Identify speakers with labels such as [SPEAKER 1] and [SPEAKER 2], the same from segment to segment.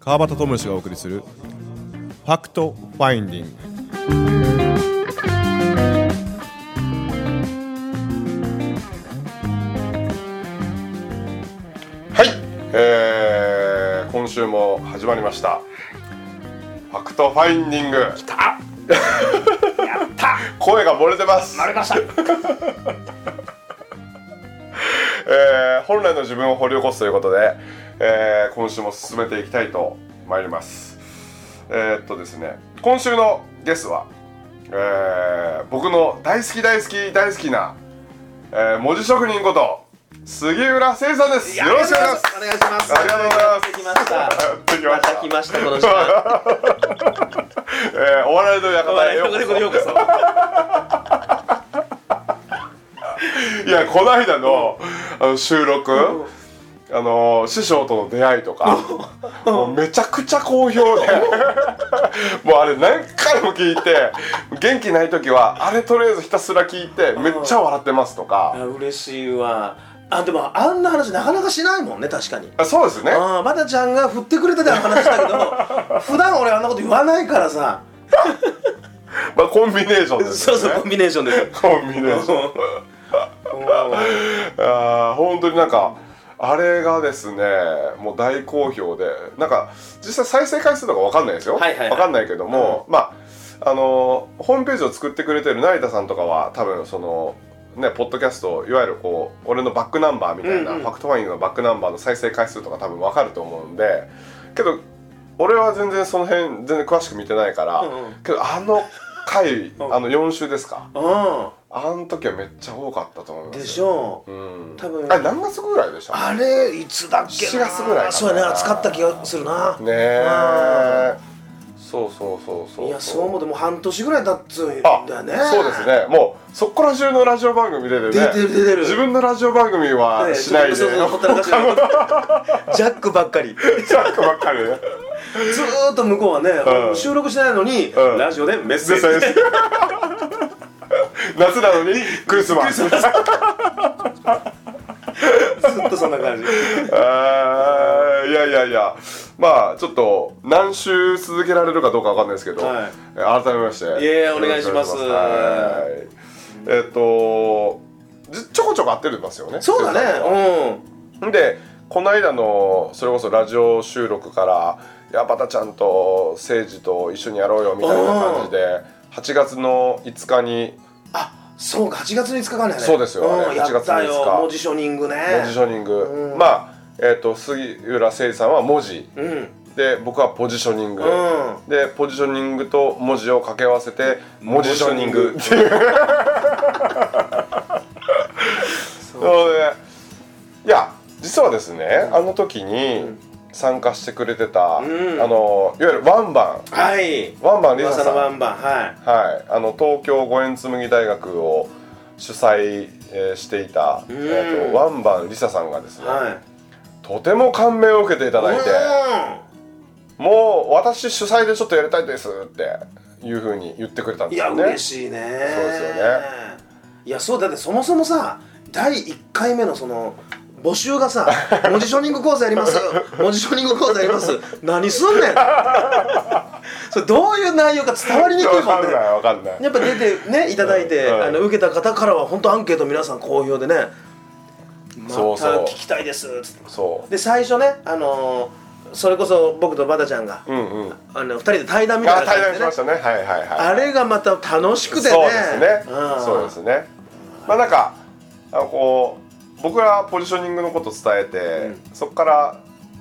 [SPEAKER 1] 川端智之がお送りするファクトファインディング
[SPEAKER 2] はい、えー、今週も始まりました。ファクトファインディング。来た。やった。声が漏れてます。
[SPEAKER 3] ありました。
[SPEAKER 2] えー本来の自分を掘り起こすということで、えー今週も進めていきたいと参りますえーっとですね今週のゲストは、えー僕の大好き大好き大好きな、えー文字職人こと杉浦誠さんですよろしくお願いします
[SPEAKER 3] お願いします。
[SPEAKER 2] ありがとうございます
[SPEAKER 3] やってきました。
[SPEAKER 2] できました
[SPEAKER 3] また来ましたこの時間。
[SPEAKER 2] えーお笑いの館へようこ
[SPEAKER 3] こようこそ。
[SPEAKER 2] そいやこの間のあの収録、あのー師匠との出会いとかもうめちゃくちゃ好評で もうあれ何回も聞いて元気ない時はあれとりあえずひたすら聞いてめっちゃ笑ってますとか
[SPEAKER 3] あ嬉しいわ。あでもあんな話なかなかしないもんね確かに。
[SPEAKER 2] あそうですね
[SPEAKER 3] ああまだちゃんが振ってくれたで話したけど、 普段俺あんなこと言わないからさ。
[SPEAKER 2] まあコンビネーションです
[SPEAKER 3] そ
[SPEAKER 2] よ
[SPEAKER 3] う
[SPEAKER 2] ね
[SPEAKER 3] そうコンビネーション です。
[SPEAKER 2] コンビネーションあー本当になんかあれがですねもう大好評でなんか実際再生回数とかわかんないですよ、
[SPEAKER 3] はいはいはい
[SPEAKER 2] わかんないけども、まああのーホームページを作ってくれてる成田さんとかは多分そのねポッドキャストいわゆるこう俺のバックナンバーみたいな、
[SPEAKER 3] うんうん
[SPEAKER 2] ファクトファインのバックナンバーの再生回数とか多分わかると思うんでけど俺は全然その辺全然詳しく見てないから、
[SPEAKER 3] うんうん
[SPEAKER 2] けどあの回
[SPEAKER 3] ん
[SPEAKER 2] あの4週ですか
[SPEAKER 3] う
[SPEAKER 2] あの時はめっちゃ多かったと思いま
[SPEAKER 3] ん。
[SPEAKER 2] す
[SPEAKER 3] で
[SPEAKER 2] よ
[SPEAKER 3] しょう。
[SPEAKER 2] うん
[SPEAKER 3] 多分
[SPEAKER 2] あれ何月ぐらいでした
[SPEAKER 3] あれいつだっけな。
[SPEAKER 2] 7月ぐらいかな
[SPEAKER 3] そうやね。暑かった気がするな。
[SPEAKER 2] ねえそうそうそうそう
[SPEAKER 3] い
[SPEAKER 2] い
[SPEAKER 3] やそう思う
[SPEAKER 2] う
[SPEAKER 3] ともう半年ぐらい経つん
[SPEAKER 2] あ
[SPEAKER 3] だよね。
[SPEAKER 2] そうです。ねもうそこら中のラジオ番組出てね
[SPEAKER 3] 出てる出てる
[SPEAKER 2] 自分のラジオ番組はしないで
[SPEAKER 3] そうそうほったらかしのジャックばっかり
[SPEAKER 2] ジャックばっかりね
[SPEAKER 3] ずーっと向こうはね、
[SPEAKER 2] うん
[SPEAKER 3] 収録してないのに、
[SPEAKER 2] うん
[SPEAKER 3] ラジオでメッセージ
[SPEAKER 2] 絶対です 夏なのにクリスマス
[SPEAKER 3] ずっとそんな感じ
[SPEAKER 2] あーいやいやいやまあちょっと何週続けられるかどうかわかんないですけど、
[SPEAKER 3] はい
[SPEAKER 2] えー改めまして
[SPEAKER 3] いえお願いします
[SPEAKER 2] よろくお願いしますはいえっ、とじちょこちょこ合ってるんですよね
[SPEAKER 3] そうだね
[SPEAKER 2] でこの間のそれこそラジオ収録から「やばたちゃんと誠治と一緒にやろうよ」みたいな感じで8月の5日に
[SPEAKER 3] うんそうか8月5日かねあれ
[SPEAKER 2] そうですよあれ
[SPEAKER 3] うん、や
[SPEAKER 2] 8
[SPEAKER 3] っ
[SPEAKER 2] 月5
[SPEAKER 3] た
[SPEAKER 2] 日
[SPEAKER 3] よポジショニングね
[SPEAKER 2] ポジショニング、
[SPEAKER 3] うん
[SPEAKER 2] まあえっ、と杉浦誠治さんは文字
[SPEAKER 3] うんうん
[SPEAKER 2] で僕はポジショニング、でポジショニングと文字を掛け合わせてモジショニングっていうなのでいや実はですね、あの時に参加してくれてた、
[SPEAKER 3] ん
[SPEAKER 2] あのいわゆるワンバ
[SPEAKER 3] はい
[SPEAKER 2] ンワンバンリサ
[SPEAKER 3] 噂
[SPEAKER 2] さん
[SPEAKER 3] のワンバンは
[SPEAKER 2] はい、あの東京五円紬大学を主催、えーしていた、えーとワンバンリサさんがです
[SPEAKER 3] い
[SPEAKER 2] ね、
[SPEAKER 3] は
[SPEAKER 2] とても感銘を受けていただいて。
[SPEAKER 3] い
[SPEAKER 2] もう私主催でちょっとやりたいですっていうふうに言ってくれたん
[SPEAKER 3] うんい
[SPEAKER 2] です
[SPEAKER 3] や
[SPEAKER 2] よね。
[SPEAKER 3] 嬉しいね
[SPEAKER 2] そうですよね
[SPEAKER 3] いやそうだってそもそもさ第1回目のその募集が さ「文字ショニング講座やります」「文字ショニング講座やります」何すんねんそれどういう内容か伝わりにくいも
[SPEAKER 2] わ
[SPEAKER 3] ん
[SPEAKER 2] かん
[SPEAKER 3] ね
[SPEAKER 2] ないわかんない。
[SPEAKER 3] やっぱ出てねいただいて、
[SPEAKER 2] うん
[SPEAKER 3] あの受けた方からは本当アンケート皆さん好評でね「また
[SPEAKER 2] そうそう
[SPEAKER 3] 聞きたいです」っつって
[SPEAKER 2] そ
[SPEAKER 3] で最初ねあのーそれこそ僕とバタちゃんが
[SPEAKER 2] う。うんうん。あ
[SPEAKER 3] あの2人で対談みたいな
[SPEAKER 2] 対
[SPEAKER 3] 感
[SPEAKER 2] 談
[SPEAKER 3] じ
[SPEAKER 2] し
[SPEAKER 3] で、
[SPEAKER 2] ま
[SPEAKER 3] ね
[SPEAKER 2] し、たね。はいはいはい。
[SPEAKER 3] あれがまた楽しくてね
[SPEAKER 2] そうですね。
[SPEAKER 3] ん
[SPEAKER 2] そうですね。まあなんかあのこう僕らポジショニングのこと伝えて、そこから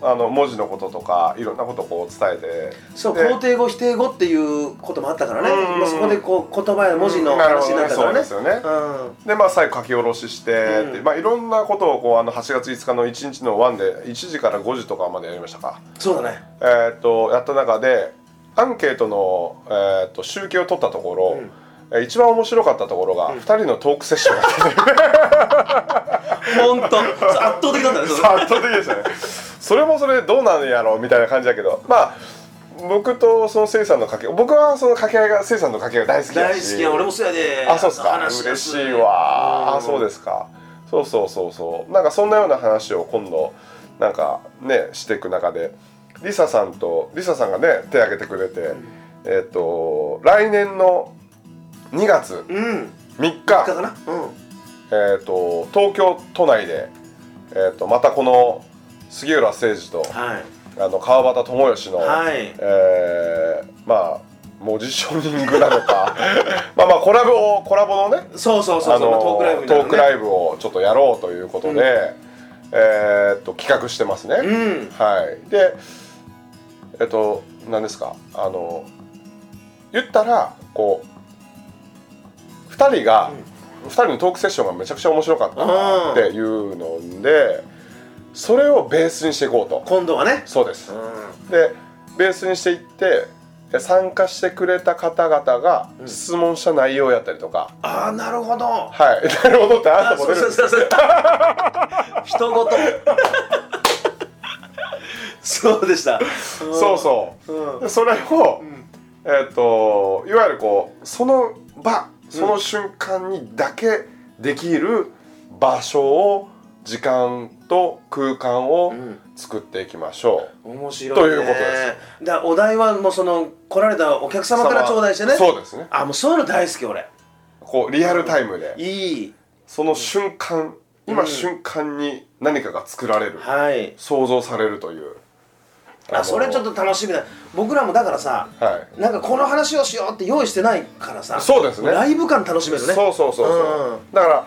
[SPEAKER 2] あの文字のこととかいろんなことをこう伝えて。
[SPEAKER 3] そう
[SPEAKER 2] で
[SPEAKER 3] 肯定語否定語っていうこともあったからね、
[SPEAKER 2] うん
[SPEAKER 3] まあ、そこでこう言葉や文字の話になったからね,、
[SPEAKER 2] なるほどねそうですよね
[SPEAKER 3] うん
[SPEAKER 2] でまあ、最後書き下ろしして、
[SPEAKER 3] うん
[SPEAKER 2] でまあ、いろんなことをこうあの8月5日の1日のワンで1時から5時とかまでやりましたか
[SPEAKER 3] そうだね
[SPEAKER 2] えー、とやった中でアンケートの、えー、と集計を取ったところ、えー一番面白かったところが、二2人のトークセッション だったね
[SPEAKER 3] 本当圧倒的だったねそれ
[SPEAKER 2] 圧倒的でしたね それもそれでどうなんやろうみたいな感じだけどまあ僕とそのせいさんの掛け僕はその掛け合いがせいさんの掛け合いが大好きだ
[SPEAKER 3] 大
[SPEAKER 2] し
[SPEAKER 3] 好きや俺もそうやで
[SPEAKER 2] あそうですか
[SPEAKER 3] 話や
[SPEAKER 2] 嬉
[SPEAKER 3] す
[SPEAKER 2] しいわ
[SPEAKER 3] うん
[SPEAKER 2] あそうですかそうそうそうそうなんかそんなような話を今度なんかねしていく中でリサさんとリサさんがね手挙げてくれて、えっ、と来年の2月
[SPEAKER 3] うん
[SPEAKER 2] 3
[SPEAKER 3] 3日
[SPEAKER 2] 日
[SPEAKER 3] かなう
[SPEAKER 2] えっ、と東京都内で、えっとまたこの杉浦誠司と
[SPEAKER 3] んはい
[SPEAKER 2] あの川端智義の、
[SPEAKER 3] はい
[SPEAKER 2] えーまあポジショニングなの かまあまあコラボをコラボのね
[SPEAKER 3] そうそうそうそう、
[SPEAKER 2] あの
[SPEAKER 3] トークライブみたいな、ね、
[SPEAKER 2] イブをちょっとやろうというこ
[SPEAKER 3] う
[SPEAKER 2] とで、
[SPEAKER 3] ん
[SPEAKER 2] えーっと企画してますね、
[SPEAKER 3] うん
[SPEAKER 2] はいでえっと何ですかあの言ったらこう2人が、二2人のトークセッションがめちゃくちゃ面白かったっていうのでそれをベースにしていこうと
[SPEAKER 3] 今度はね
[SPEAKER 2] そうです
[SPEAKER 3] うん
[SPEAKER 2] でベースにしていって参加してくれた方々が
[SPEAKER 3] うん
[SPEAKER 2] 質問した内容やったりとか、
[SPEAKER 3] ああなるほど
[SPEAKER 2] はい、 なるほどってあな
[SPEAKER 3] あ
[SPEAKER 2] たも出
[SPEAKER 3] そう
[SPEAKER 2] るん
[SPEAKER 3] そ
[SPEAKER 2] で
[SPEAKER 3] うそ
[SPEAKER 2] す
[SPEAKER 3] うそう人ごとそうでした、
[SPEAKER 2] そうそう
[SPEAKER 3] うん
[SPEAKER 2] うでそれを、
[SPEAKER 3] ん
[SPEAKER 2] えっ、といわゆるこうその場その瞬間にだけできる場所を時間と空間を
[SPEAKER 3] ん
[SPEAKER 2] 作っていきましょう、
[SPEAKER 3] 面白い、ね、
[SPEAKER 2] ということです
[SPEAKER 3] だからお題はもうその来られたお客様から頂戴してね
[SPEAKER 2] そうですね
[SPEAKER 3] あもうそういうの大好き俺
[SPEAKER 2] こうリアルタイムで
[SPEAKER 3] いい
[SPEAKER 2] その瞬間
[SPEAKER 3] う
[SPEAKER 2] 今
[SPEAKER 3] ん
[SPEAKER 2] 瞬間に何かが作られる、
[SPEAKER 3] はい
[SPEAKER 2] 想像されるという
[SPEAKER 3] あそれちょっ
[SPEAKER 2] と
[SPEAKER 3] と楽しみだ僕らもだからさ
[SPEAKER 2] はい
[SPEAKER 3] なんかこの話をしようって用意してないからさ
[SPEAKER 2] そうですね
[SPEAKER 3] ライブ感楽しめるね
[SPEAKER 2] そうそうそうそう、だから、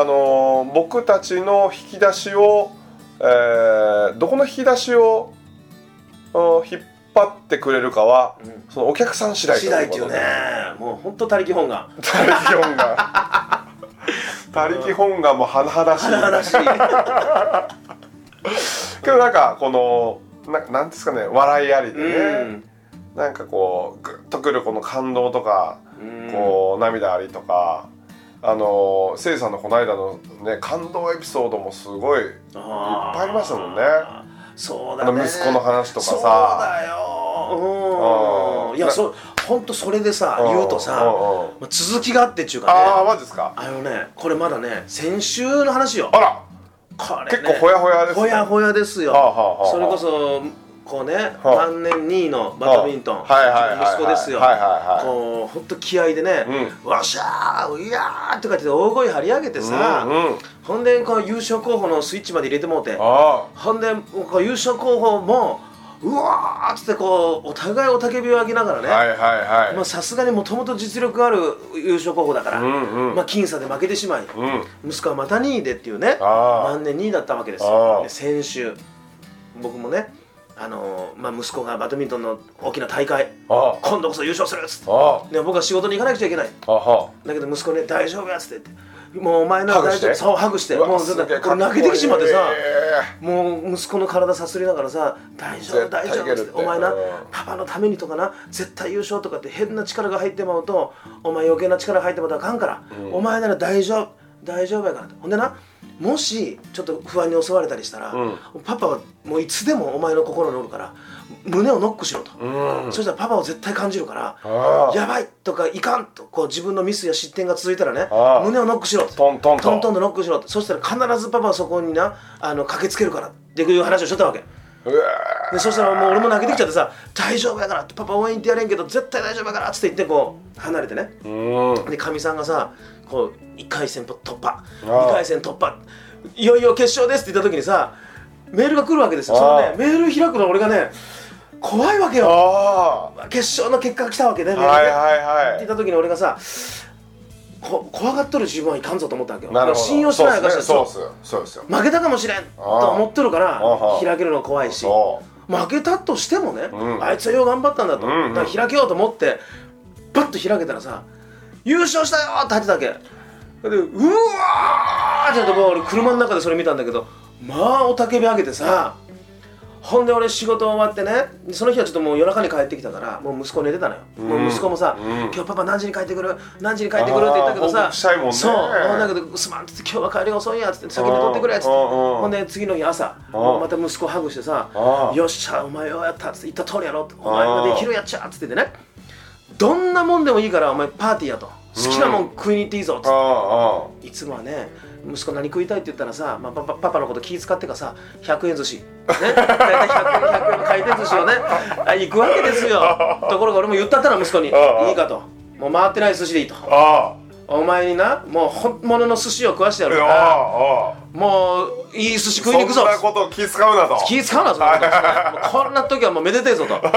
[SPEAKER 2] あのー僕たちの引き出しを、えーどこの引き出しを、うん引っ張ってくれるかは、
[SPEAKER 3] ん
[SPEAKER 2] そのお客さん次第
[SPEAKER 3] 次第ってい
[SPEAKER 2] という
[SPEAKER 3] う
[SPEAKER 2] こ
[SPEAKER 3] ね
[SPEAKER 2] とで
[SPEAKER 3] もう本当他力本 願
[SPEAKER 2] 他力本願他力本願も甚だしい
[SPEAKER 3] 話しい
[SPEAKER 2] けどなんかこのななんですかね笑いありで
[SPEAKER 3] う
[SPEAKER 2] ね、
[SPEAKER 3] ん
[SPEAKER 2] なんかこうグッとくるこの感動とか
[SPEAKER 3] うん
[SPEAKER 2] こう涙ありとか、あのせいさんのこの間のね感動エピソードもすごいいっぱい
[SPEAKER 3] あー
[SPEAKER 2] ありましたもんね。
[SPEAKER 3] そうだ
[SPEAKER 2] あの
[SPEAKER 3] ね
[SPEAKER 2] 息子の話とか
[SPEAKER 3] そう
[SPEAKER 2] さ、
[SPEAKER 3] だよう
[SPEAKER 2] うんん
[SPEAKER 3] いやそう本当それでさ言うとさ
[SPEAKER 2] んうんうん
[SPEAKER 3] まあ続きがあってっていう
[SPEAKER 2] あ
[SPEAKER 3] か
[SPEAKER 2] あ
[SPEAKER 3] ね
[SPEAKER 2] マジですか。
[SPEAKER 3] あのねこれまだね先週の話よ
[SPEAKER 2] あら
[SPEAKER 3] これね
[SPEAKER 2] 結構ほやほやですね。
[SPEAKER 3] ほやほやですよ
[SPEAKER 2] はあはあはあ
[SPEAKER 3] それこそこうね
[SPEAKER 2] あ
[SPEAKER 3] 万年2位のバドミントン
[SPEAKER 2] はいはいはいはい
[SPEAKER 3] 息子ですよ
[SPEAKER 2] はいはいはい
[SPEAKER 3] こうほんと気合いでね「わっしゃーうやー」とかって大声張り上げてさ
[SPEAKER 2] うんうん
[SPEAKER 3] ほんでこう優勝候補のスイッチまで入れてもうて
[SPEAKER 2] あ
[SPEAKER 3] ほんでこう優勝候補もうわーっつってこうお互いおたけびを上げながら
[SPEAKER 2] あ
[SPEAKER 3] ね、
[SPEAKER 2] はいはいはい。
[SPEAKER 3] まあさすがにもともと実力ある優勝候補だから、
[SPEAKER 2] うんうん
[SPEAKER 3] まあ僅差で負けてしまい、
[SPEAKER 2] うん
[SPEAKER 3] 息子はまた2位でっていうね
[SPEAKER 2] あー
[SPEAKER 3] 万年2位だったわけです
[SPEAKER 2] あ
[SPEAKER 3] よ
[SPEAKER 2] ー
[SPEAKER 3] で先週僕もねあのーまあ、息子がバドミントンの大きな大会
[SPEAKER 2] あ
[SPEAKER 3] 今度こそ優勝するっつっ
[SPEAKER 2] ああ
[SPEAKER 3] てで僕は仕事に行かなくちゃいけない
[SPEAKER 2] あは
[SPEAKER 3] だけど息子ね大丈夫やっつって言ってもうお前の
[SPEAKER 2] ハ
[SPEAKER 3] は
[SPEAKER 2] グ
[SPEAKER 3] 大
[SPEAKER 2] し
[SPEAKER 3] 丈夫
[SPEAKER 2] て
[SPEAKER 3] そうハグして
[SPEAKER 2] うわ
[SPEAKER 3] もうずっと
[SPEAKER 2] すげえ
[SPEAKER 3] これ
[SPEAKER 2] かっ
[SPEAKER 3] 泣
[SPEAKER 2] こい
[SPEAKER 3] け
[SPEAKER 2] い
[SPEAKER 3] てきちまってさ
[SPEAKER 2] え
[SPEAKER 3] もう息子の体さすりながらさ「大丈夫
[SPEAKER 2] 絶
[SPEAKER 3] 大
[SPEAKER 2] 対
[SPEAKER 3] 丈夫」
[SPEAKER 2] い
[SPEAKER 3] っ
[SPEAKER 2] け
[SPEAKER 3] つっ
[SPEAKER 2] るってて
[SPEAKER 3] お前な
[SPEAKER 2] うん
[SPEAKER 3] パパのためにとかな絶対優勝とかって変な力が入ってまうとお前余計な力入ってまうとあかんから、お前なら大丈夫大丈夫やからとほんでなもしちょっと不安に襲われたりしたら、
[SPEAKER 2] うん
[SPEAKER 3] パパはもういつでもお前の心におるから胸をノックしろと、
[SPEAKER 2] うん
[SPEAKER 3] そしたらパパを絶対感じるから
[SPEAKER 2] あー
[SPEAKER 3] やばいとかいかんとこう自分のミスや失点が続いたらね
[SPEAKER 2] あー
[SPEAKER 3] 胸をノックしろと
[SPEAKER 2] トントンと
[SPEAKER 3] トントンとノックしろってそしたら必ずパパはそこになあの駆けつけるからっていう話をしとったわけ
[SPEAKER 2] うわ
[SPEAKER 3] でそしたらもう俺も泣けてきちゃってさ「大丈夫やから」って「パパ応援行ってやれんけど絶対大丈夫やから」っつって言ってこう離れてね
[SPEAKER 2] ーうん
[SPEAKER 3] でかみさんがさこう1回戦突破
[SPEAKER 2] ああ
[SPEAKER 3] 2回戦突破いよいよ決勝ですって言った時にさメールが来るわけですよその
[SPEAKER 2] あ
[SPEAKER 3] ね
[SPEAKER 2] あ
[SPEAKER 3] メール開くの俺がね怖いわけよ
[SPEAKER 2] あ
[SPEAKER 3] 決勝の結果が来たわけねメ
[SPEAKER 2] あ
[SPEAKER 3] ールで
[SPEAKER 2] はいはいは
[SPEAKER 3] って言
[SPEAKER 2] い
[SPEAKER 3] った時に俺がさこ怖がっとる自分はいかんぞと思ったわけよ
[SPEAKER 2] なるほど
[SPEAKER 3] 信用してないから
[SPEAKER 2] そうですねそうですよそうですよ
[SPEAKER 3] 負けたかもしれんと思ってるから
[SPEAKER 2] あは
[SPEAKER 3] 開けるの怖いし
[SPEAKER 2] そう
[SPEAKER 3] 負けたとしてもね、
[SPEAKER 2] うん
[SPEAKER 3] あいつはよう頑張ったんだと、
[SPEAKER 2] うんうん
[SPEAKER 3] だから開けようと思ってバッと開けたらさ優勝したよーって入ってたわけでうわーってなってもう俺車の中でそれ見たんだけどまあおたけび上げてさほんで俺仕事終わってねその日はちょっともう夜中に帰ってきたからもう息子寝てたのよ、もう息子もさ、
[SPEAKER 2] うん
[SPEAKER 3] 今日パパ何時に帰ってくる何時に帰ってくるって言ったけど
[SPEAKER 2] あー報
[SPEAKER 3] さ
[SPEAKER 2] 告したいもんね
[SPEAKER 3] そうだけどすまんっつって今日は帰りが遅いんやっつって先に取ってくれっつって
[SPEAKER 2] うんうん
[SPEAKER 3] ほんで次の日朝
[SPEAKER 2] うん
[SPEAKER 3] また息子ハグしてさ
[SPEAKER 2] うん
[SPEAKER 3] よっしゃお前ようやったっつって言った通りやろってお前ができるやっちゃっつってねどんなもんでもいいからお前パーティーやと好きなもん食いに行っていいぞっつっ
[SPEAKER 2] あ
[SPEAKER 3] ていつもはね息子何食いたいって言ったらさ、まあ、パパパパのこと気遣ってかさ100円寿司ね大体100円100円の回転寿司をねあ行くわけですよところが俺も言ったったら息子に「いい
[SPEAKER 2] ああ
[SPEAKER 3] か」と「もう回ってない寿司でいい」と
[SPEAKER 2] あ
[SPEAKER 3] 「お前になもう本物の寿司を食わしてや
[SPEAKER 2] あ
[SPEAKER 3] るか
[SPEAKER 2] あ
[SPEAKER 3] ら
[SPEAKER 2] ああ
[SPEAKER 3] もういい寿司食いに行くぞ
[SPEAKER 2] そん」なことを気遣うなと
[SPEAKER 3] 気使うなそんなこともうこんな時はもうめでてえ ぞともう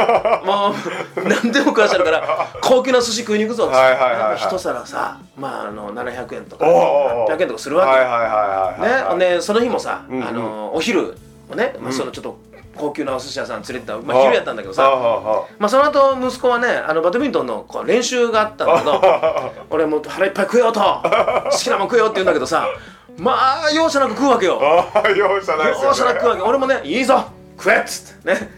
[SPEAKER 3] 何でも食わしてやるから高級な寿司食いに行くぞっつって
[SPEAKER 2] はいはいはいはい
[SPEAKER 3] 一皿さまああの700円とか
[SPEAKER 2] おうおうおう
[SPEAKER 3] 800円とかするわけ
[SPEAKER 2] は
[SPEAKER 3] よ
[SPEAKER 2] いはいはいはいはい、
[SPEAKER 3] ね、でその日もさ、
[SPEAKER 2] うんうん
[SPEAKER 3] あのお昼をね、まあ、そのちょっと高級なお寿司屋さん連れてった、まあ、
[SPEAKER 2] ああ
[SPEAKER 3] 昼やったんだけど
[SPEAKER 2] あ
[SPEAKER 3] さ
[SPEAKER 2] ああ
[SPEAKER 3] まあ、その後息子はねあのバドミントンのこう練習があったんだけど俺もう腹いっぱい食えよと好きなもん食えよって言うんだけどさまあ容赦なく食うわけよ
[SPEAKER 2] あああ容赦ないですよ、ね、
[SPEAKER 3] 容赦なく食うわけ俺もね「いいぞ食え」っつってね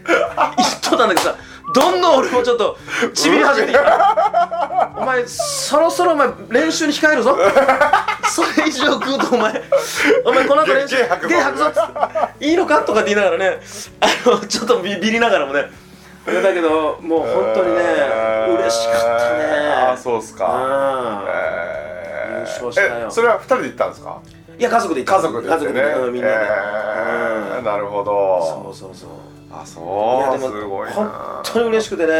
[SPEAKER 3] 言っとったんだけどさどんどん俺もちょっとちびり始めてきたお前そろそろお前練習に控えるぞそれ以上食うとお前お前この後練習
[SPEAKER 2] ゲゲ吐くぞ
[SPEAKER 3] ゲ吐くぞっつっていいのかとかって言いながらねあのちょっとビビりながらもねいやだけどもう本当にね
[SPEAKER 2] えー
[SPEAKER 3] 嬉しかったね
[SPEAKER 2] あそうっすか
[SPEAKER 3] か
[SPEAKER 2] えー
[SPEAKER 3] 優勝したよ
[SPEAKER 2] えそれは二人で行ったんですか
[SPEAKER 3] いや家族で行っ
[SPEAKER 2] 家
[SPEAKER 3] た
[SPEAKER 2] 族で
[SPEAKER 3] 家
[SPEAKER 2] 行って
[SPEAKER 3] 族
[SPEAKER 2] ね
[SPEAKER 3] で、うんみんなで、
[SPEAKER 2] えー
[SPEAKER 3] うん
[SPEAKER 2] なるほ
[SPEAKER 3] そう
[SPEAKER 2] ど
[SPEAKER 3] そうそう
[SPEAKER 2] あ
[SPEAKER 3] いや
[SPEAKER 2] そ
[SPEAKER 3] で
[SPEAKER 2] う
[SPEAKER 3] も
[SPEAKER 2] すごい
[SPEAKER 3] 本
[SPEAKER 2] な
[SPEAKER 3] 当に嬉しくてね、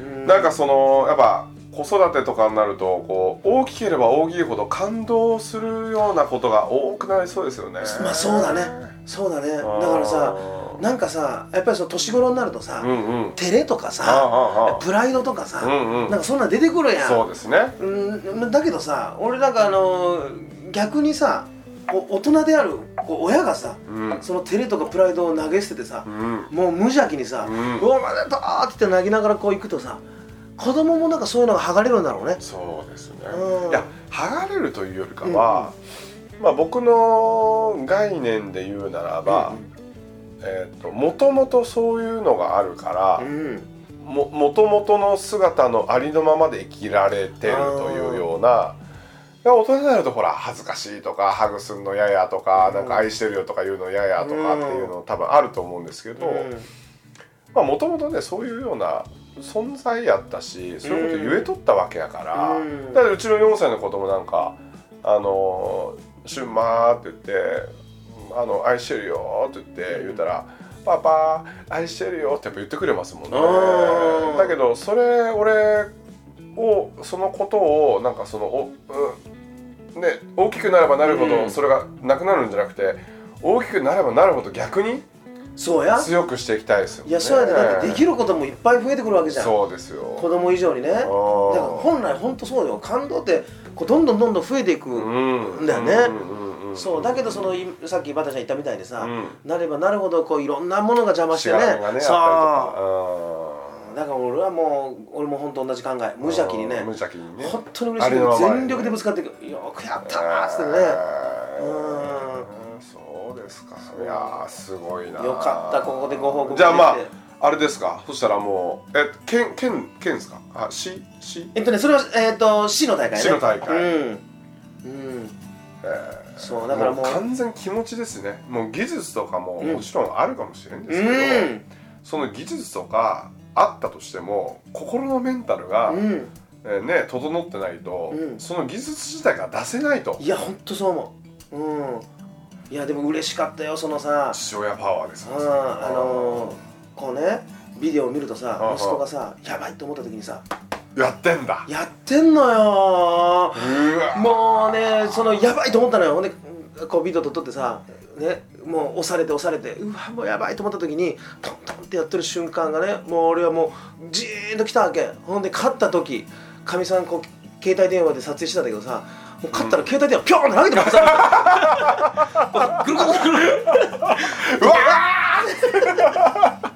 [SPEAKER 3] うん
[SPEAKER 2] なんかそのやっぱ子育てとかになるとこう大きければ大きいほど感動するようなことが多くなりそうですよね
[SPEAKER 3] まあそうだねそうだねだからさなんかさやっぱりその年頃になるとさ、
[SPEAKER 2] うんうん
[SPEAKER 3] 照れとか
[SPEAKER 2] ああ
[SPEAKER 3] さ
[SPEAKER 2] ああ
[SPEAKER 3] プライドとかさ、
[SPEAKER 2] うんうん
[SPEAKER 3] なんかそんなん出てくるやん
[SPEAKER 2] そうですね
[SPEAKER 3] うんだけどさ俺なんかあの逆にさこう大人であるこう親がさ
[SPEAKER 2] うん
[SPEAKER 3] その照れとかプライドを投げ捨ててさ
[SPEAKER 2] う、ん
[SPEAKER 3] もう無邪気にさ「
[SPEAKER 2] うん
[SPEAKER 3] おめでとう!」って言って投げながらこう行くとさ子供もなんかそういうのが剥がれるんだろうね
[SPEAKER 2] そうですね
[SPEAKER 3] うん
[SPEAKER 2] いや剥がれるというよりかは、まあ、僕の概念で言うならば、えー、ともともとそういうのがあるから、
[SPEAKER 3] ん
[SPEAKER 2] ももともとの姿のありのままで生きられてるというような。いや大人になるとほら恥ずかしいとかハグすんのややとか、なんか愛してるよとか言うのややとかっていうの多分あると思うんですけど、まあもともとねそういうような存在やったしそういうこと言えとったわけやから、
[SPEAKER 3] うん
[SPEAKER 2] だからうちの4歳の子供なんか「あのシュンマー」って言って「あの愛してるよ」って言って言ったら「パパ愛してるよ」ってやっぱ言ってくれますもん
[SPEAKER 3] うん
[SPEAKER 2] ね。だけどそれ俺をそのことをなんかそのお、うんね、大きくなればなるほ
[SPEAKER 3] う
[SPEAKER 2] ど
[SPEAKER 3] ん
[SPEAKER 2] それがなくなるんじゃなくて大きくなればなるほど逆に
[SPEAKER 3] そうや
[SPEAKER 2] 強くしていきたいですよね。
[SPEAKER 3] いやそうやでだってでき
[SPEAKER 2] る
[SPEAKER 3] ることもいっぱい増えてくるわけじゃん子
[SPEAKER 2] そうですよ。
[SPEAKER 3] 供以上にねだから
[SPEAKER 2] ー
[SPEAKER 3] 本来本当そうよ感動ってこうどんどんどんどん増えていく、
[SPEAKER 2] うん
[SPEAKER 3] だよね
[SPEAKER 2] うんうんうんうん
[SPEAKER 3] そうだけどそのいさっきバタちゃん言ったみたいでさ、
[SPEAKER 2] うん
[SPEAKER 3] なればなるほどこういろんなものが邪魔してね
[SPEAKER 2] 違いがね
[SPEAKER 3] そう
[SPEAKER 2] あったりとかうん
[SPEAKER 3] だから俺はもう俺も本当同じ考え無邪気にね
[SPEAKER 2] 無邪気にね
[SPEAKER 3] 本当に嬉しいけ
[SPEAKER 2] あれ
[SPEAKER 3] ど
[SPEAKER 2] はまあ
[SPEAKER 3] 全力でぶつかっていくよくやったなーっつってね、
[SPEAKER 2] え
[SPEAKER 3] う
[SPEAKER 2] ーそうですかいやーすごいな
[SPEAKER 3] よかったここでご報告
[SPEAKER 2] じゃあまあ
[SPEAKER 3] できて
[SPEAKER 2] あれですかそしたらもうえ県県県ですかあ市市
[SPEAKER 3] えっとねそれはえっと C の大会ね
[SPEAKER 2] 市の大会
[SPEAKER 3] うん、うん、そうだからもう
[SPEAKER 2] もう完全気持ちですねもう技術とかも
[SPEAKER 3] うん
[SPEAKER 2] もちろんあるかもしれんですけど、
[SPEAKER 3] うん
[SPEAKER 2] その技術とかあったとしても心のメンタルが、
[SPEAKER 3] うん
[SPEAKER 2] えーね整ってないと、
[SPEAKER 3] うん
[SPEAKER 2] その技術自体が出せないと
[SPEAKER 3] いや本当そう思ううんいやでも嬉しかったよそのさ
[SPEAKER 2] 父親パワーです
[SPEAKER 3] うんあのーこうねビデオを見ると
[SPEAKER 2] うんう
[SPEAKER 3] さ
[SPEAKER 2] ん
[SPEAKER 3] 息子がさやばいと思った時にさ
[SPEAKER 2] やってんだ
[SPEAKER 3] やってんのよ
[SPEAKER 2] うわ
[SPEAKER 3] もうねそのやばいと思ったのよほんでこうビデオと撮ってさねもう押されて押されてうわもうやばいと思った時にトントンってやってる瞬間がねもう俺はもうじーンと来たわけほんで勝った時かみさんこう携帯電話で撮影してたんだけどさもう勝ったら携帯電話ピョーンって投げてもらったぐるぐるぐるぐる
[SPEAKER 2] うわ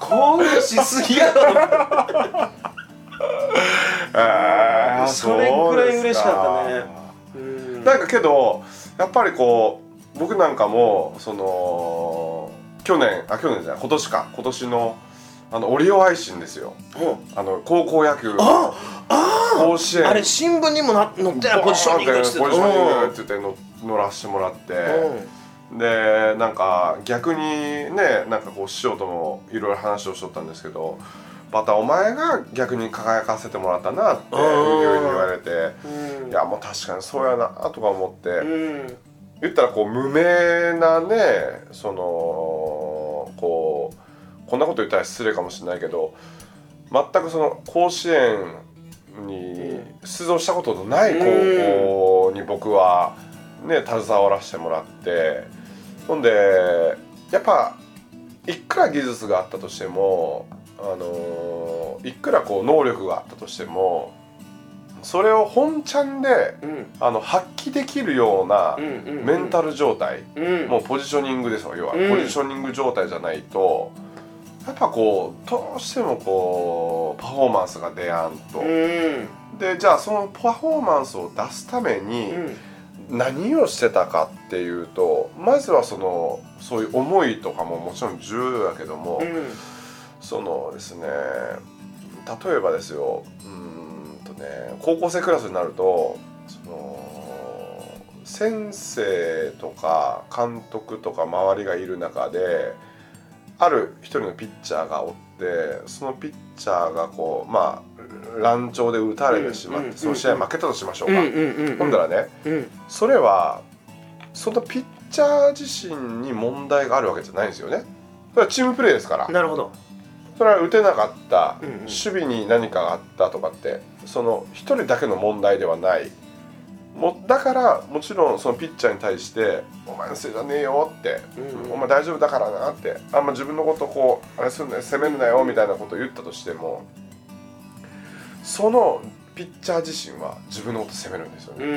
[SPEAKER 3] 興奮しすぎやろ
[SPEAKER 2] えー
[SPEAKER 3] それくらい嬉しかったね
[SPEAKER 2] そうですか
[SPEAKER 3] うん
[SPEAKER 2] なんかけどやっぱりこう僕なんかもその去年あ去年じゃない今年か今年のあのオリオ配信ですよ
[SPEAKER 3] うん
[SPEAKER 2] あの高校野球甲
[SPEAKER 3] ああ
[SPEAKER 2] 子園
[SPEAKER 3] あれ新聞にもな載ってないポジショニングっつってた
[SPEAKER 2] ポジショニングって言っての乗らしてもらって、でなんか逆にねなんかこう師匠ともいろいろ話をしとったんですけどまたお前が逆に輝かせてもらったなっていうふうに言われて
[SPEAKER 3] うん
[SPEAKER 2] いやもう確かにそうやなとか思って、
[SPEAKER 3] うん
[SPEAKER 2] 言ったらこう無名なねそのこうこんなこと言ったら失礼かもしれないけど全くその甲子園に出場したことのない高校に僕はね携わらせてもらってほんでやっぱいくら技術があったとしてもあのいくらこう能力があったとしてもそれを本ちゃんで
[SPEAKER 3] うん
[SPEAKER 2] あの発揮できるような
[SPEAKER 3] うんうん
[SPEAKER 2] メンタル状態、
[SPEAKER 3] うん
[SPEAKER 2] もうポジショニングですよ要は、
[SPEAKER 3] うん
[SPEAKER 2] ポジショニング状態じゃないとやっぱこうどうしてもこうパフォーマンスが出やんと、
[SPEAKER 3] うん
[SPEAKER 2] でじゃあそのパフォーマンスを出すために
[SPEAKER 3] うん
[SPEAKER 2] 何をしてたかっていうとまずはそのそういう思いとかももちろん重要やけども、
[SPEAKER 3] うん
[SPEAKER 2] そのですね例えばですようーんとね高校生クラスになるとその先生とか監督とか周りがいる中である一人のピッチャーがおってそのピッチャーがこうまあ乱調で打たれてしまっ
[SPEAKER 3] うんうんうんう
[SPEAKER 2] て
[SPEAKER 3] ん
[SPEAKER 2] その試合負けたとしましょう
[SPEAKER 3] うん
[SPEAKER 2] か。
[SPEAKER 3] うんうん
[SPEAKER 2] ほんだらね
[SPEAKER 3] うん
[SPEAKER 2] それはそのピッチャー自身に問題があるわけじゃないんですよね。それはチームプレーですから。
[SPEAKER 3] なるほど
[SPEAKER 2] それは打てなかった、
[SPEAKER 3] うんうん
[SPEAKER 2] 守備に何かがあったとかってその一人だけの問題ではないもだからもちろんそのピッチャーに対して「お前のせいじゃねえよ」って、
[SPEAKER 3] うんうん
[SPEAKER 2] お前大丈夫だからな」ってあんま自分のことこうあれするんだよ責めるなよみたいなことを言ったとしてもそのピッチャー自身は自分のこと責めるんですよね。
[SPEAKER 3] うん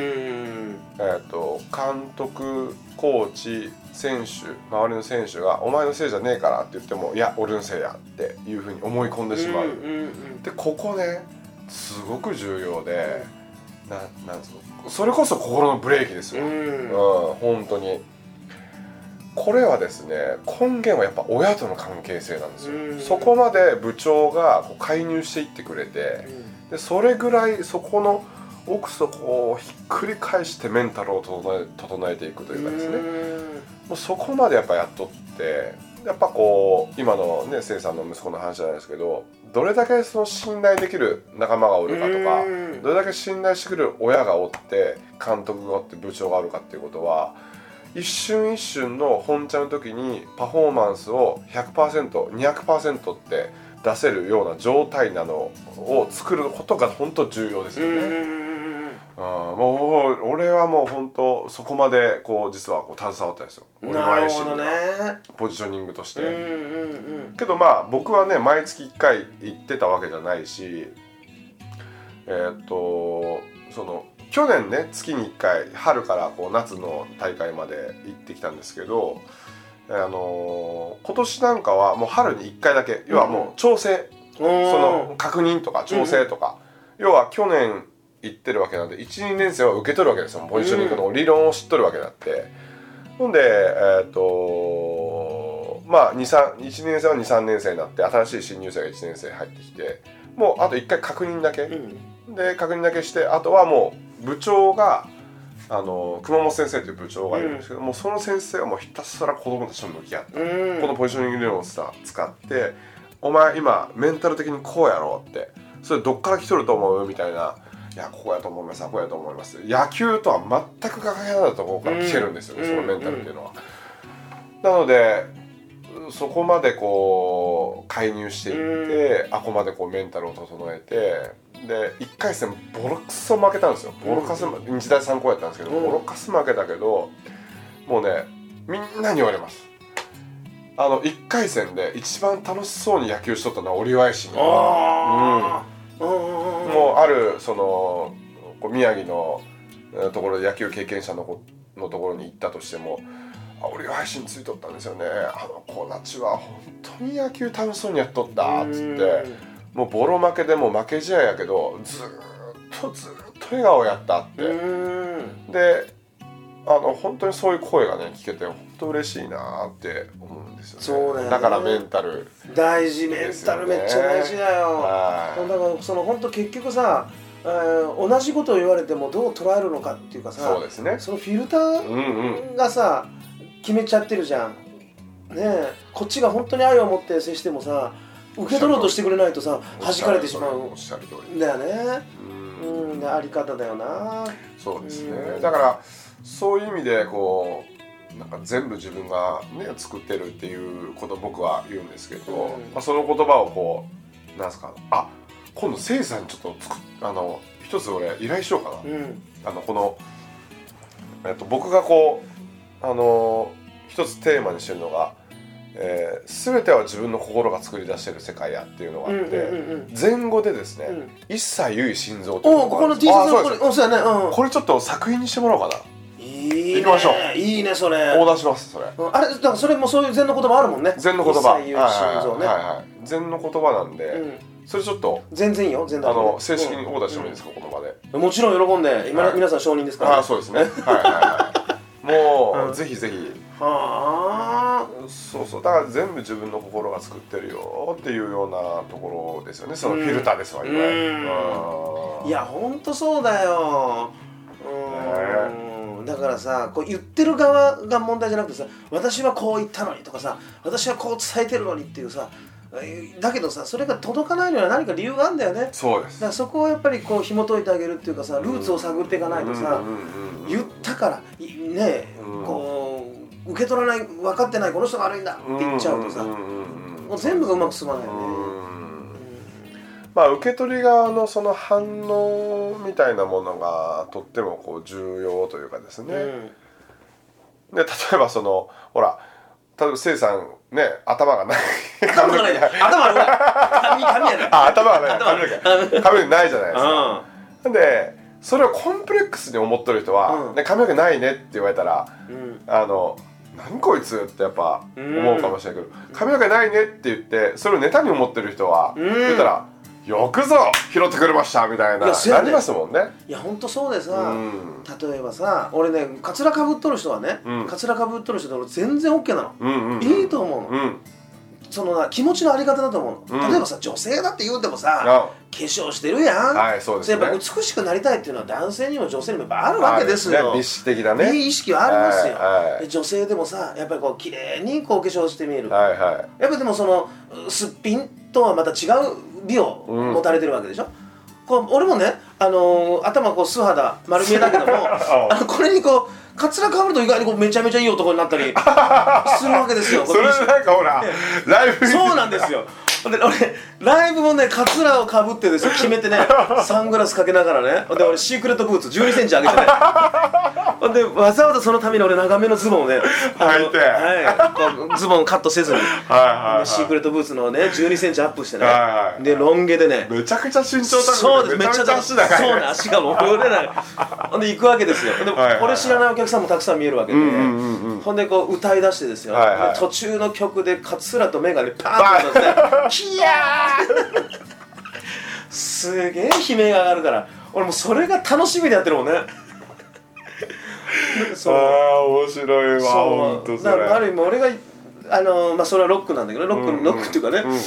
[SPEAKER 2] えー、と監督コーチ選手周りの選手が「お前のせいじゃねえから」って言っても「いや俺のせいや」っていうふうに思い込んでしまう、
[SPEAKER 3] うんうん
[SPEAKER 2] でここねすごく重要でななんつうのそれこそ心のブレーキです
[SPEAKER 3] う
[SPEAKER 2] よ、うん
[SPEAKER 3] ん
[SPEAKER 2] 本当にこれはですね根源はやっぱ親との関係性なんですよ、
[SPEAKER 3] うん
[SPEAKER 2] そこまで部長がこう介入していってくれて、でそれぐらいそこの奥底をひっくり返してメンタルを整え整えていくというかですねもうそこまでやっぱやっとってやっぱこう今のね生さんの息子の話じゃないですけどどれだけその信頼できる仲間がお
[SPEAKER 3] う
[SPEAKER 2] る
[SPEAKER 3] ん
[SPEAKER 2] かとかどれだけ信頼してくれる親がおって監督がおって部長がおるかっていうことは一瞬一瞬の本茶の時にパフォーマンスを 100%200% って出せるような状態なのを作ることが本当重要です
[SPEAKER 3] う
[SPEAKER 2] よ
[SPEAKER 3] ん
[SPEAKER 2] ね。うん、もう俺はもう本当そこまでこう実はこう携わったんですよ。
[SPEAKER 3] うん
[SPEAKER 2] 俺の
[SPEAKER 3] な
[SPEAKER 2] 愛
[SPEAKER 3] る
[SPEAKER 2] 心
[SPEAKER 3] ほ
[SPEAKER 2] が
[SPEAKER 3] どね
[SPEAKER 2] ポジショニングとして。
[SPEAKER 3] うんうんうん
[SPEAKER 2] けどまあ僕はね毎月1回行ってたわけじゃないしえーっとその去年ね月に1回春からこう夏の大会まで行ってきたんですけど、あのー今年なんかはもう春に1回だけ要はもう調整、
[SPEAKER 3] そ
[SPEAKER 2] その確認とか調整とか、要は去年行ってるわけなんで12年生は受け取るわけですよポジショニングの理論を知っとるわけだって。ほんで、えっ、とまあ、2、3、1年生は2、3年生になって、新しい新入生が1年生入ってきて、もうあと1回確認だけ。で、確認だけして、あとはもう部長が、あの、熊本先生という部長がいるんですけど、もうその先生はもうひたすら子供たちと向き合って、このポジショニング理論をさ、使って、お前今メンタル的にこうやろうって、それどっから来とると思うみたいな、いや、ここやと思います、あここやと思います。野球とは全く関係ないところから来てるんですよね、
[SPEAKER 3] うん
[SPEAKER 2] そのメンタルっていうのは。なのでそこまでこう介入していって、あこまでこうメンタルを整えてで1回戦ボロクソ負けたんですよボロカス、日大三高やったんですけど、
[SPEAKER 3] うん
[SPEAKER 2] ボロカス負けたけどもうねみんなに言われますあの1回戦で一番楽しそうに野球しとったのは折林に
[SPEAKER 3] ああも
[SPEAKER 2] もうあるそのこう宮城のえーところで野球経験者の子のところに行ったとしても「あ俺が配信ついとったんですよねあの子たちは本当に野球楽しそうにやっとった」っつってもうボロ負けでもう負け試合やけどずーっとずーっと笑顔やったって。
[SPEAKER 3] うん
[SPEAKER 2] であの本当にそういう声がね聞けて本当嬉しいなーって思うんですよね
[SPEAKER 3] そうだよね
[SPEAKER 2] からメンタル
[SPEAKER 3] 大事メンタルめっちゃ大事だよ
[SPEAKER 2] は
[SPEAKER 3] だ
[SPEAKER 2] い
[SPEAKER 3] からその本当結局さ、えー同じことを言われてもどう捉えるのかっていうかさ
[SPEAKER 2] そうですね
[SPEAKER 3] そのフィルター
[SPEAKER 2] うんうん
[SPEAKER 3] がさ決めちゃってるじゃんねえこっちが本当に愛を持って接してもさ受け取ろうとしてくれないとさ弾かれてしまう
[SPEAKER 2] おっしゃる通り
[SPEAKER 3] だよね
[SPEAKER 2] うん
[SPEAKER 3] うんあり方だよな
[SPEAKER 2] そうです
[SPEAKER 3] う
[SPEAKER 2] ね
[SPEAKER 3] ん
[SPEAKER 2] だからそういう意味でこうなんか全部自分が、ね、作ってるっていうことを僕は言うんですけど、
[SPEAKER 3] うん
[SPEAKER 2] まあ、その言葉をこうなんすかあ今度せいさんにちょっと作っあの一つ俺依頼しようかな、
[SPEAKER 3] うん
[SPEAKER 2] あのこの、えっと、僕がこうあの一つテーマにしてるのが、えー全ては自分の心が作り出してる世界やっていうのが
[SPEAKER 3] うんうん
[SPEAKER 2] あ
[SPEAKER 3] う
[SPEAKER 2] っ
[SPEAKER 3] ん
[SPEAKER 2] て、
[SPEAKER 3] うん
[SPEAKER 2] 前後でですね、
[SPEAKER 3] うん
[SPEAKER 2] 一切由衣心臓
[SPEAKER 3] おおここの T シャツ
[SPEAKER 2] あ
[SPEAKER 3] の
[SPEAKER 2] そ
[SPEAKER 3] こ
[SPEAKER 2] う
[SPEAKER 3] れ
[SPEAKER 2] です
[SPEAKER 3] おそうやねうん
[SPEAKER 2] これちょっと作品にしてもらおうかない
[SPEAKER 3] いね
[SPEAKER 2] 行きましょう
[SPEAKER 3] いいねそれ
[SPEAKER 2] オーダーしますそれ
[SPEAKER 3] うんあれだからそれもそういう禅の言葉あるもんね
[SPEAKER 2] 禅の言葉
[SPEAKER 3] 一切言う心臓ね、
[SPEAKER 2] はいはいはいはい禅の言葉なんで、
[SPEAKER 3] うん
[SPEAKER 2] それちょっと
[SPEAKER 3] 全然いいよ全然
[SPEAKER 2] あの正式にオーダーしてもいいですか、この場で
[SPEAKER 3] もちろん喜んで今、
[SPEAKER 2] はい
[SPEAKER 3] 皆さん承認ですから、
[SPEAKER 2] ああそうですねはい はいはいもう、ぜひぜひ
[SPEAKER 3] は
[SPEAKER 2] そうそうだから全部自分の心が作ってるよっていうようなところですよねその
[SPEAKER 3] うん
[SPEAKER 2] フィルターですわ、いわゆる
[SPEAKER 3] うん
[SPEAKER 2] うん
[SPEAKER 3] あいやほんとそうだようーんだからさこう言ってる側が問題じゃなくてさ私はこう言ったのにとかさ私はこう伝えてるのにっていうさえーだけどさそれが届かないのには何か理由があるんだよねだ
[SPEAKER 2] そうです
[SPEAKER 3] からそこをやっぱりこう紐解いてあげるっていうかさルーツを探っていかないとさ、
[SPEAKER 2] うんうんうん
[SPEAKER 3] 言ったからいねえ、
[SPEAKER 2] うん
[SPEAKER 3] こう受け取らない分かってないこの人が悪いんだって言っちゃうとさ、
[SPEAKER 2] んんうん
[SPEAKER 3] もう全部がうまく進まないよね、
[SPEAKER 2] まあ受け取り側のその反応みたいなものがとってもこう重要というかですね、で例えばそのほら例えばせいさんね頭がない
[SPEAKER 3] 頭がない頭がない髪髪やね
[SPEAKER 2] あ頭がない
[SPEAKER 3] 頭が
[SPEAKER 2] 髪
[SPEAKER 3] な
[SPEAKER 2] の
[SPEAKER 3] い
[SPEAKER 2] 毛髪の毛ないじゃないですか
[SPEAKER 3] うん
[SPEAKER 2] なんでそれをコンプレックスに思っとる人は、
[SPEAKER 3] うん
[SPEAKER 2] ね髪の毛ないねって言われたら
[SPEAKER 3] うん
[SPEAKER 2] あの何こいつってやっぱ思うかもしれないけど、髪の毛ないねって言ってそれをネタに思ってる人は、
[SPEAKER 3] うん
[SPEAKER 2] 言ったら「よくぞ拾ってくれました」みたいない
[SPEAKER 3] やそうや
[SPEAKER 2] な
[SPEAKER 3] ね
[SPEAKER 2] りますもんね。
[SPEAKER 3] いやほんとそうでさ、
[SPEAKER 2] うん
[SPEAKER 3] 例えばさ俺ねカツラかぶっとる人はね、
[SPEAKER 2] うん
[SPEAKER 3] カツラかぶっとる人で俺全然 OK なの、
[SPEAKER 2] うんうんうん
[SPEAKER 3] いいと思うの、
[SPEAKER 2] うん
[SPEAKER 3] そのな気持ちのあり方だと思うの、
[SPEAKER 2] うん
[SPEAKER 3] 例えばさ女性だって言うてもさ
[SPEAKER 2] あ
[SPEAKER 3] 化粧してるやん、
[SPEAKER 2] はいそうですね
[SPEAKER 3] やっぱ美しくなりたいっていうのは男性にも女性にもやっぱあるわけです
[SPEAKER 2] あ
[SPEAKER 3] よ
[SPEAKER 2] ね美視的だね
[SPEAKER 3] いい意識はありますよ、
[SPEAKER 2] はいはい
[SPEAKER 3] で女性でもさやっぱりこう綺麗にこうお化粧してみえる、
[SPEAKER 2] はいはい
[SPEAKER 3] やっぱでもそのうすっぴんとはまた違う美を
[SPEAKER 2] うん
[SPEAKER 3] 持たれてるわけでしょ、こう俺もね、あのー頭こう素肌丸見えだけど もあのこれにこうかつらかぶると意外にこうめちゃめちゃいい男になったりするわけ ですよ
[SPEAKER 2] それでなんかほらライブに
[SPEAKER 3] そうなんですよほんで俺ライブもねカツラをかぶってですよ決めてねサングラスかけながらねほんで俺シークレットブーツ1 2センチ上げてねほんでわざわざそのために俺長めのズボンをねあの
[SPEAKER 2] 履いて
[SPEAKER 3] はいこうズボンカットせずに
[SPEAKER 2] はいはいはい
[SPEAKER 3] シークレットブーツのね1 2センチアップしてね
[SPEAKER 2] はいはい
[SPEAKER 3] でロン毛でね
[SPEAKER 2] めちゃくちゃ身長
[SPEAKER 3] そ
[SPEAKER 2] 高
[SPEAKER 3] うで
[SPEAKER 2] くて
[SPEAKER 3] すめっちゃ
[SPEAKER 2] 高い
[SPEAKER 3] そ
[SPEAKER 2] 足
[SPEAKER 3] う
[SPEAKER 2] 高いね
[SPEAKER 3] な足がもう折れない ほんで行くわけですよでも
[SPEAKER 2] はいはい
[SPEAKER 3] 俺知らないお客さんもたくさん見えるわけで
[SPEAKER 2] うんうんうんうん
[SPEAKER 3] ほんでこう歌い出してですよ
[SPEAKER 2] はいはい
[SPEAKER 3] で途中の曲でカツラとメガネパーンって出してキヤーすげえ悲鳴が上がるから俺もうそれが楽しみでやってるもん ねそう
[SPEAKER 2] ああ面白いわ
[SPEAKER 3] そ
[SPEAKER 2] 本当
[SPEAKER 3] う
[SPEAKER 2] そ
[SPEAKER 3] だ
[SPEAKER 2] れ
[SPEAKER 3] からある意味俺があのまあそれはロックなんだけどロック、
[SPEAKER 2] うん
[SPEAKER 3] ロックっていうかね、
[SPEAKER 2] うんうんうん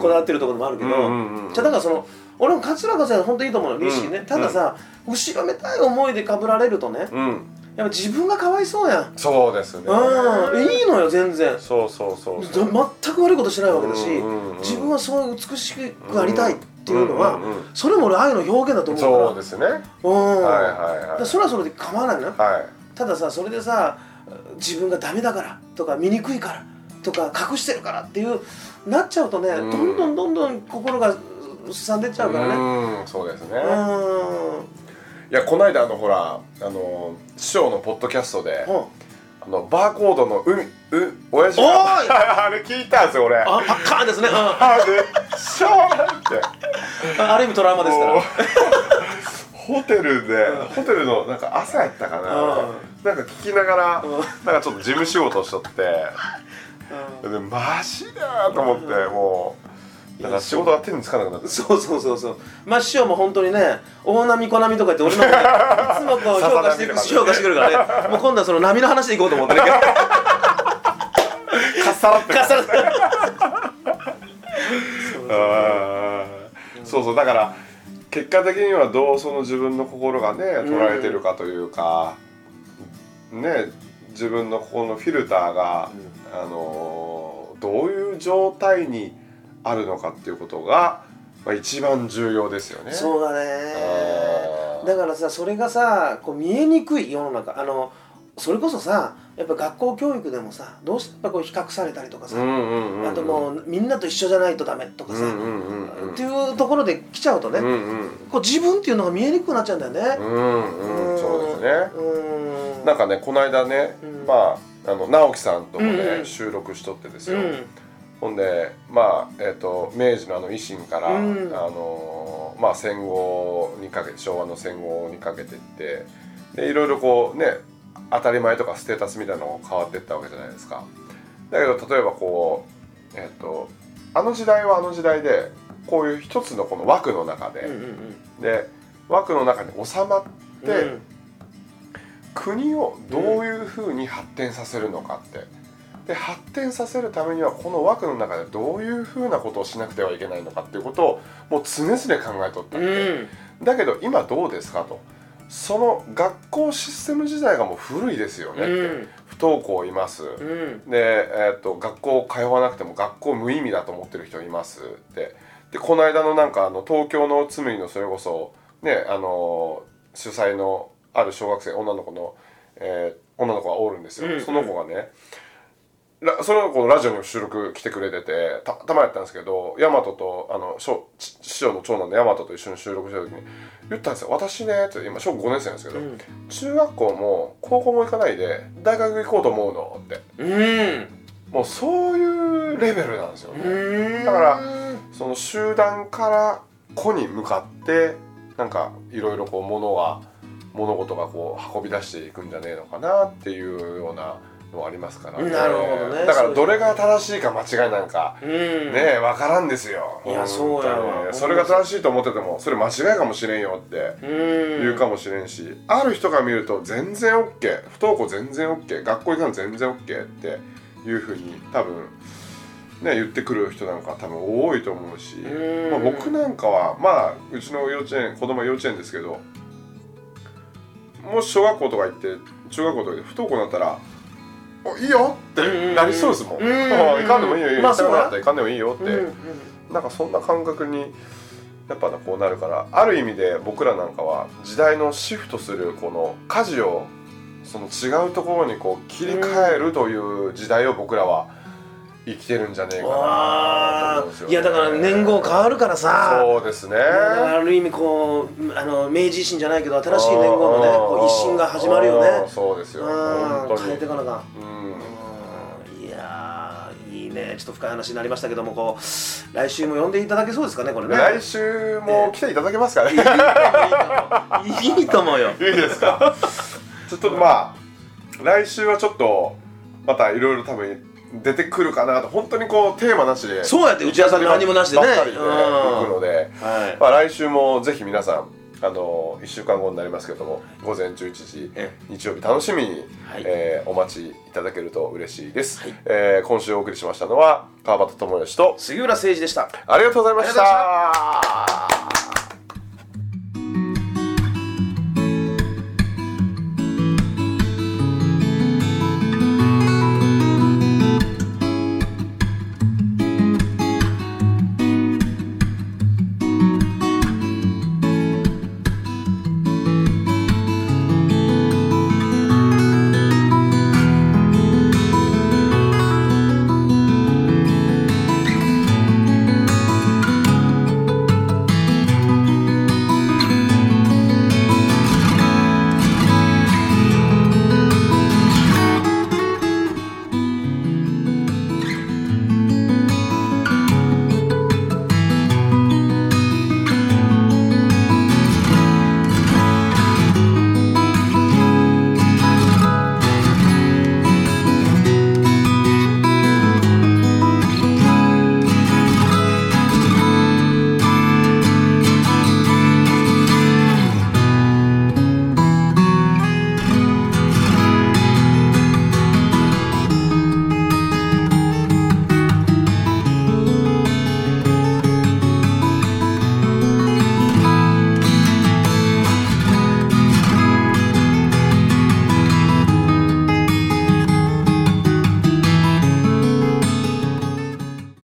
[SPEAKER 3] こだわってるところもあるけど、
[SPEAKER 2] うんうんうん
[SPEAKER 3] じゃあだからその俺も桂川さんは本当にいいと思うの意識ね、
[SPEAKER 2] うん
[SPEAKER 3] たださ、後ろめたい思いでかぶられるとね、やっ
[SPEAKER 2] うん
[SPEAKER 3] ぱ自分がかわいそうやん、
[SPEAKER 2] そうですね
[SPEAKER 3] うんいいのよ全然
[SPEAKER 2] そうそうそうそう
[SPEAKER 3] 全く悪いことしてないわけだし、
[SPEAKER 2] うんうんうん
[SPEAKER 3] 自分はそう美しくありたいっていうのは、
[SPEAKER 2] うんうんうん
[SPEAKER 3] それも俺愛の表現だと思うから
[SPEAKER 2] そうですねはい
[SPEAKER 3] うん
[SPEAKER 2] はい
[SPEAKER 3] だ
[SPEAKER 2] は
[SPEAKER 3] か
[SPEAKER 2] い
[SPEAKER 3] らそれはそれで構わないのよ
[SPEAKER 2] はい
[SPEAKER 3] たださそれでさ自分がダメだからとか醜いからとか隠してるからっていうなっちゃうとね、
[SPEAKER 2] ん
[SPEAKER 3] どんどんどんどん心がすさんでっちゃうからね
[SPEAKER 2] うんそうです
[SPEAKER 3] う
[SPEAKER 2] ね
[SPEAKER 3] ーん
[SPEAKER 2] いやこの間あのほらあの師匠のポッドキャストで
[SPEAKER 3] うん
[SPEAKER 2] あのバーコードの海う親父
[SPEAKER 3] おーい
[SPEAKER 2] があれ聞いたんですよ俺あ
[SPEAKER 3] あパッカーンですね、うんあ
[SPEAKER 2] めっちゃ笑って
[SPEAKER 3] ある意味トラウマですか
[SPEAKER 2] もう
[SPEAKER 3] ら
[SPEAKER 2] ホテルでホテルのなんか朝やったか
[SPEAKER 3] う
[SPEAKER 2] ななんか聞きながらなんかちょっと事務仕事しとって
[SPEAKER 3] う
[SPEAKER 2] でマジだと思ってもうだから仕事が手につかなくなって
[SPEAKER 3] んそうそうそうそうまあ師匠も本当にね大波小波とか言って俺のこと ねいつもこう評価してくる
[SPEAKER 2] 笹波とかね
[SPEAKER 3] 評価してくるからねもう今度はその波の話でいこうと思 ってね
[SPEAKER 2] かっさらって
[SPEAKER 3] かっさらって
[SPEAKER 2] あーそうそうだから結果的にはどうその自分の心がね捉えてるかというか、ね自分のここのフィルターが、あのーどういう状態にあるのかっていうことが、まあ、一番重要ですよね。
[SPEAKER 3] そうだね
[SPEAKER 2] あー
[SPEAKER 3] だからさそれがさこう見えにくい世の中あのそれこそさやっぱ学校教育でもさどうしてやっぱこう比較されたりとかさ、
[SPEAKER 2] うんうんうんうん、
[SPEAKER 3] あともうみんなと一緒じゃないとダメとかさ、
[SPEAKER 2] うんうんうんうん
[SPEAKER 3] っていうところで来ちゃうとね、
[SPEAKER 2] うんうん
[SPEAKER 3] こう自分っていうのが見えにくくなっちゃうんだよ
[SPEAKER 2] う
[SPEAKER 3] ね。
[SPEAKER 2] んうんそうですね。
[SPEAKER 3] うん
[SPEAKER 2] なんかねこの間ね、
[SPEAKER 3] うん
[SPEAKER 2] まああの直樹さんともね、
[SPEAKER 3] うんうん
[SPEAKER 2] 収録しとってです
[SPEAKER 3] う
[SPEAKER 2] よ、
[SPEAKER 3] ん
[SPEAKER 2] ほんでまあえっ、と明治のあの維新から、
[SPEAKER 3] うん
[SPEAKER 2] あのまあ戦後にかけて昭和の戦後にかけてってでいろいろこうね当たり前とかステータスみたいなのが変わっていったわけじゃないですか。だけど例えばこうえっ、とあの時代はあの時代でこういう一つのこの枠の中
[SPEAKER 3] うんう
[SPEAKER 2] で、
[SPEAKER 3] ん
[SPEAKER 2] で枠の中に収まって、
[SPEAKER 3] うん
[SPEAKER 2] 国をどういうふうに発展させるのかって、で発展させるためにはこの枠の中でどういうふうなことをしなくてはいけないのかっていうことをもう常々考えとった
[SPEAKER 3] う
[SPEAKER 2] っ
[SPEAKER 3] ん
[SPEAKER 2] て、だけど今どうですかとその学校システム自体がもう古いですよねって、
[SPEAKER 3] うん
[SPEAKER 2] 不登校います、
[SPEAKER 3] うん
[SPEAKER 2] で、えー、と学校通わなくても学校無意味だと思ってる人いますってでこの間のなんかあの東京の紬のそれこそねあの主催のある小学生女の子の、えー女の子がおるんですよ、
[SPEAKER 3] うん
[SPEAKER 2] その子がねらその子のラジオにも収録来てくれててたたまやったんですけど大和とあの小ち師匠の長男の大和と一緒に収録した時に言ったんですよ「私ね」って今小学5年生なんですけど、
[SPEAKER 3] うん
[SPEAKER 2] 中学校も高校も行かないで大学行こうと思うのって
[SPEAKER 3] うん
[SPEAKER 2] もうそういうレベルなんですよね、
[SPEAKER 3] うん
[SPEAKER 2] だからその集団から個に向かってなんかいろいろこう物が物事がこう運び出していくんじゃねえのかなっていうようなのはありますから
[SPEAKER 3] なるほどね
[SPEAKER 2] だからどれが正しいか間違いなんか
[SPEAKER 3] うん
[SPEAKER 2] ねえ分からんですよ
[SPEAKER 3] いやそうやわ
[SPEAKER 2] 本当にねそれが正しいと思っててもそれ間違いかもしれんよって
[SPEAKER 3] うん
[SPEAKER 2] 言うかもしれんし、ある人が見ると全然 OK 不登校全然 OK 学校行かん全然 OK っていうふうに多分ね言ってくる人なんか多分多いと思うし、
[SPEAKER 3] うん
[SPEAKER 2] まあ、僕なんかはまあうちの幼稚園子供は幼稚園ですけどもし小学校とか行って中学校とかで不登校になったら「おいいよ」ってなりそうですもん「
[SPEAKER 3] うんうん
[SPEAKER 2] ああいかんでもいいよいいよ
[SPEAKER 3] まあ
[SPEAKER 2] 行きたくなか
[SPEAKER 3] そう
[SPEAKER 2] った
[SPEAKER 3] だ
[SPEAKER 2] らいかんでもいいよ」って。
[SPEAKER 3] うん
[SPEAKER 2] なんかそんな感覚にやっぱこうなるからある意味で僕らなんかは時代のシフトするこの舵をその違うところにこう切り替えるという時代を僕らは生きてるんじゃねえかなと
[SPEAKER 3] あ
[SPEAKER 2] 思うんですよ、
[SPEAKER 3] ーいやだから年号変わるからさ
[SPEAKER 2] そうですね
[SPEAKER 3] だからある意味こうあの明治維新じゃないけど新しい年号のねこう一新が始まるよ
[SPEAKER 2] あー
[SPEAKER 3] ね
[SPEAKER 2] そうですよ
[SPEAKER 3] うん
[SPEAKER 2] 本当
[SPEAKER 3] 変え
[SPEAKER 2] に
[SPEAKER 3] ていかなあかん
[SPEAKER 2] うん
[SPEAKER 3] うんいやーいいねちょっと深い話になりましたけどもこう来週も呼んでいただけそうですかねこれね
[SPEAKER 2] 来週も来ていただけますかね、
[SPEAKER 3] いいと思うよ
[SPEAKER 2] いいですかちょっとまあ来週はちょっとまたいろいろ多分出てくるかなと本当にこうテーマなしで
[SPEAKER 3] そうやって打ち合わせも何もなしでね
[SPEAKER 2] ばっかりで
[SPEAKER 3] うん
[SPEAKER 2] 行くので、
[SPEAKER 3] はい
[SPEAKER 2] まあ、来週もぜひ皆さんあの1週間後になりますけども午前11時
[SPEAKER 3] え
[SPEAKER 2] 日曜日楽しみに、
[SPEAKER 3] はい
[SPEAKER 2] えーお待ちいただけると嬉しいです、
[SPEAKER 3] はい
[SPEAKER 2] えー今週お送りしましたのは川端智義と
[SPEAKER 3] 杉浦誠二でした
[SPEAKER 2] ありがとうございました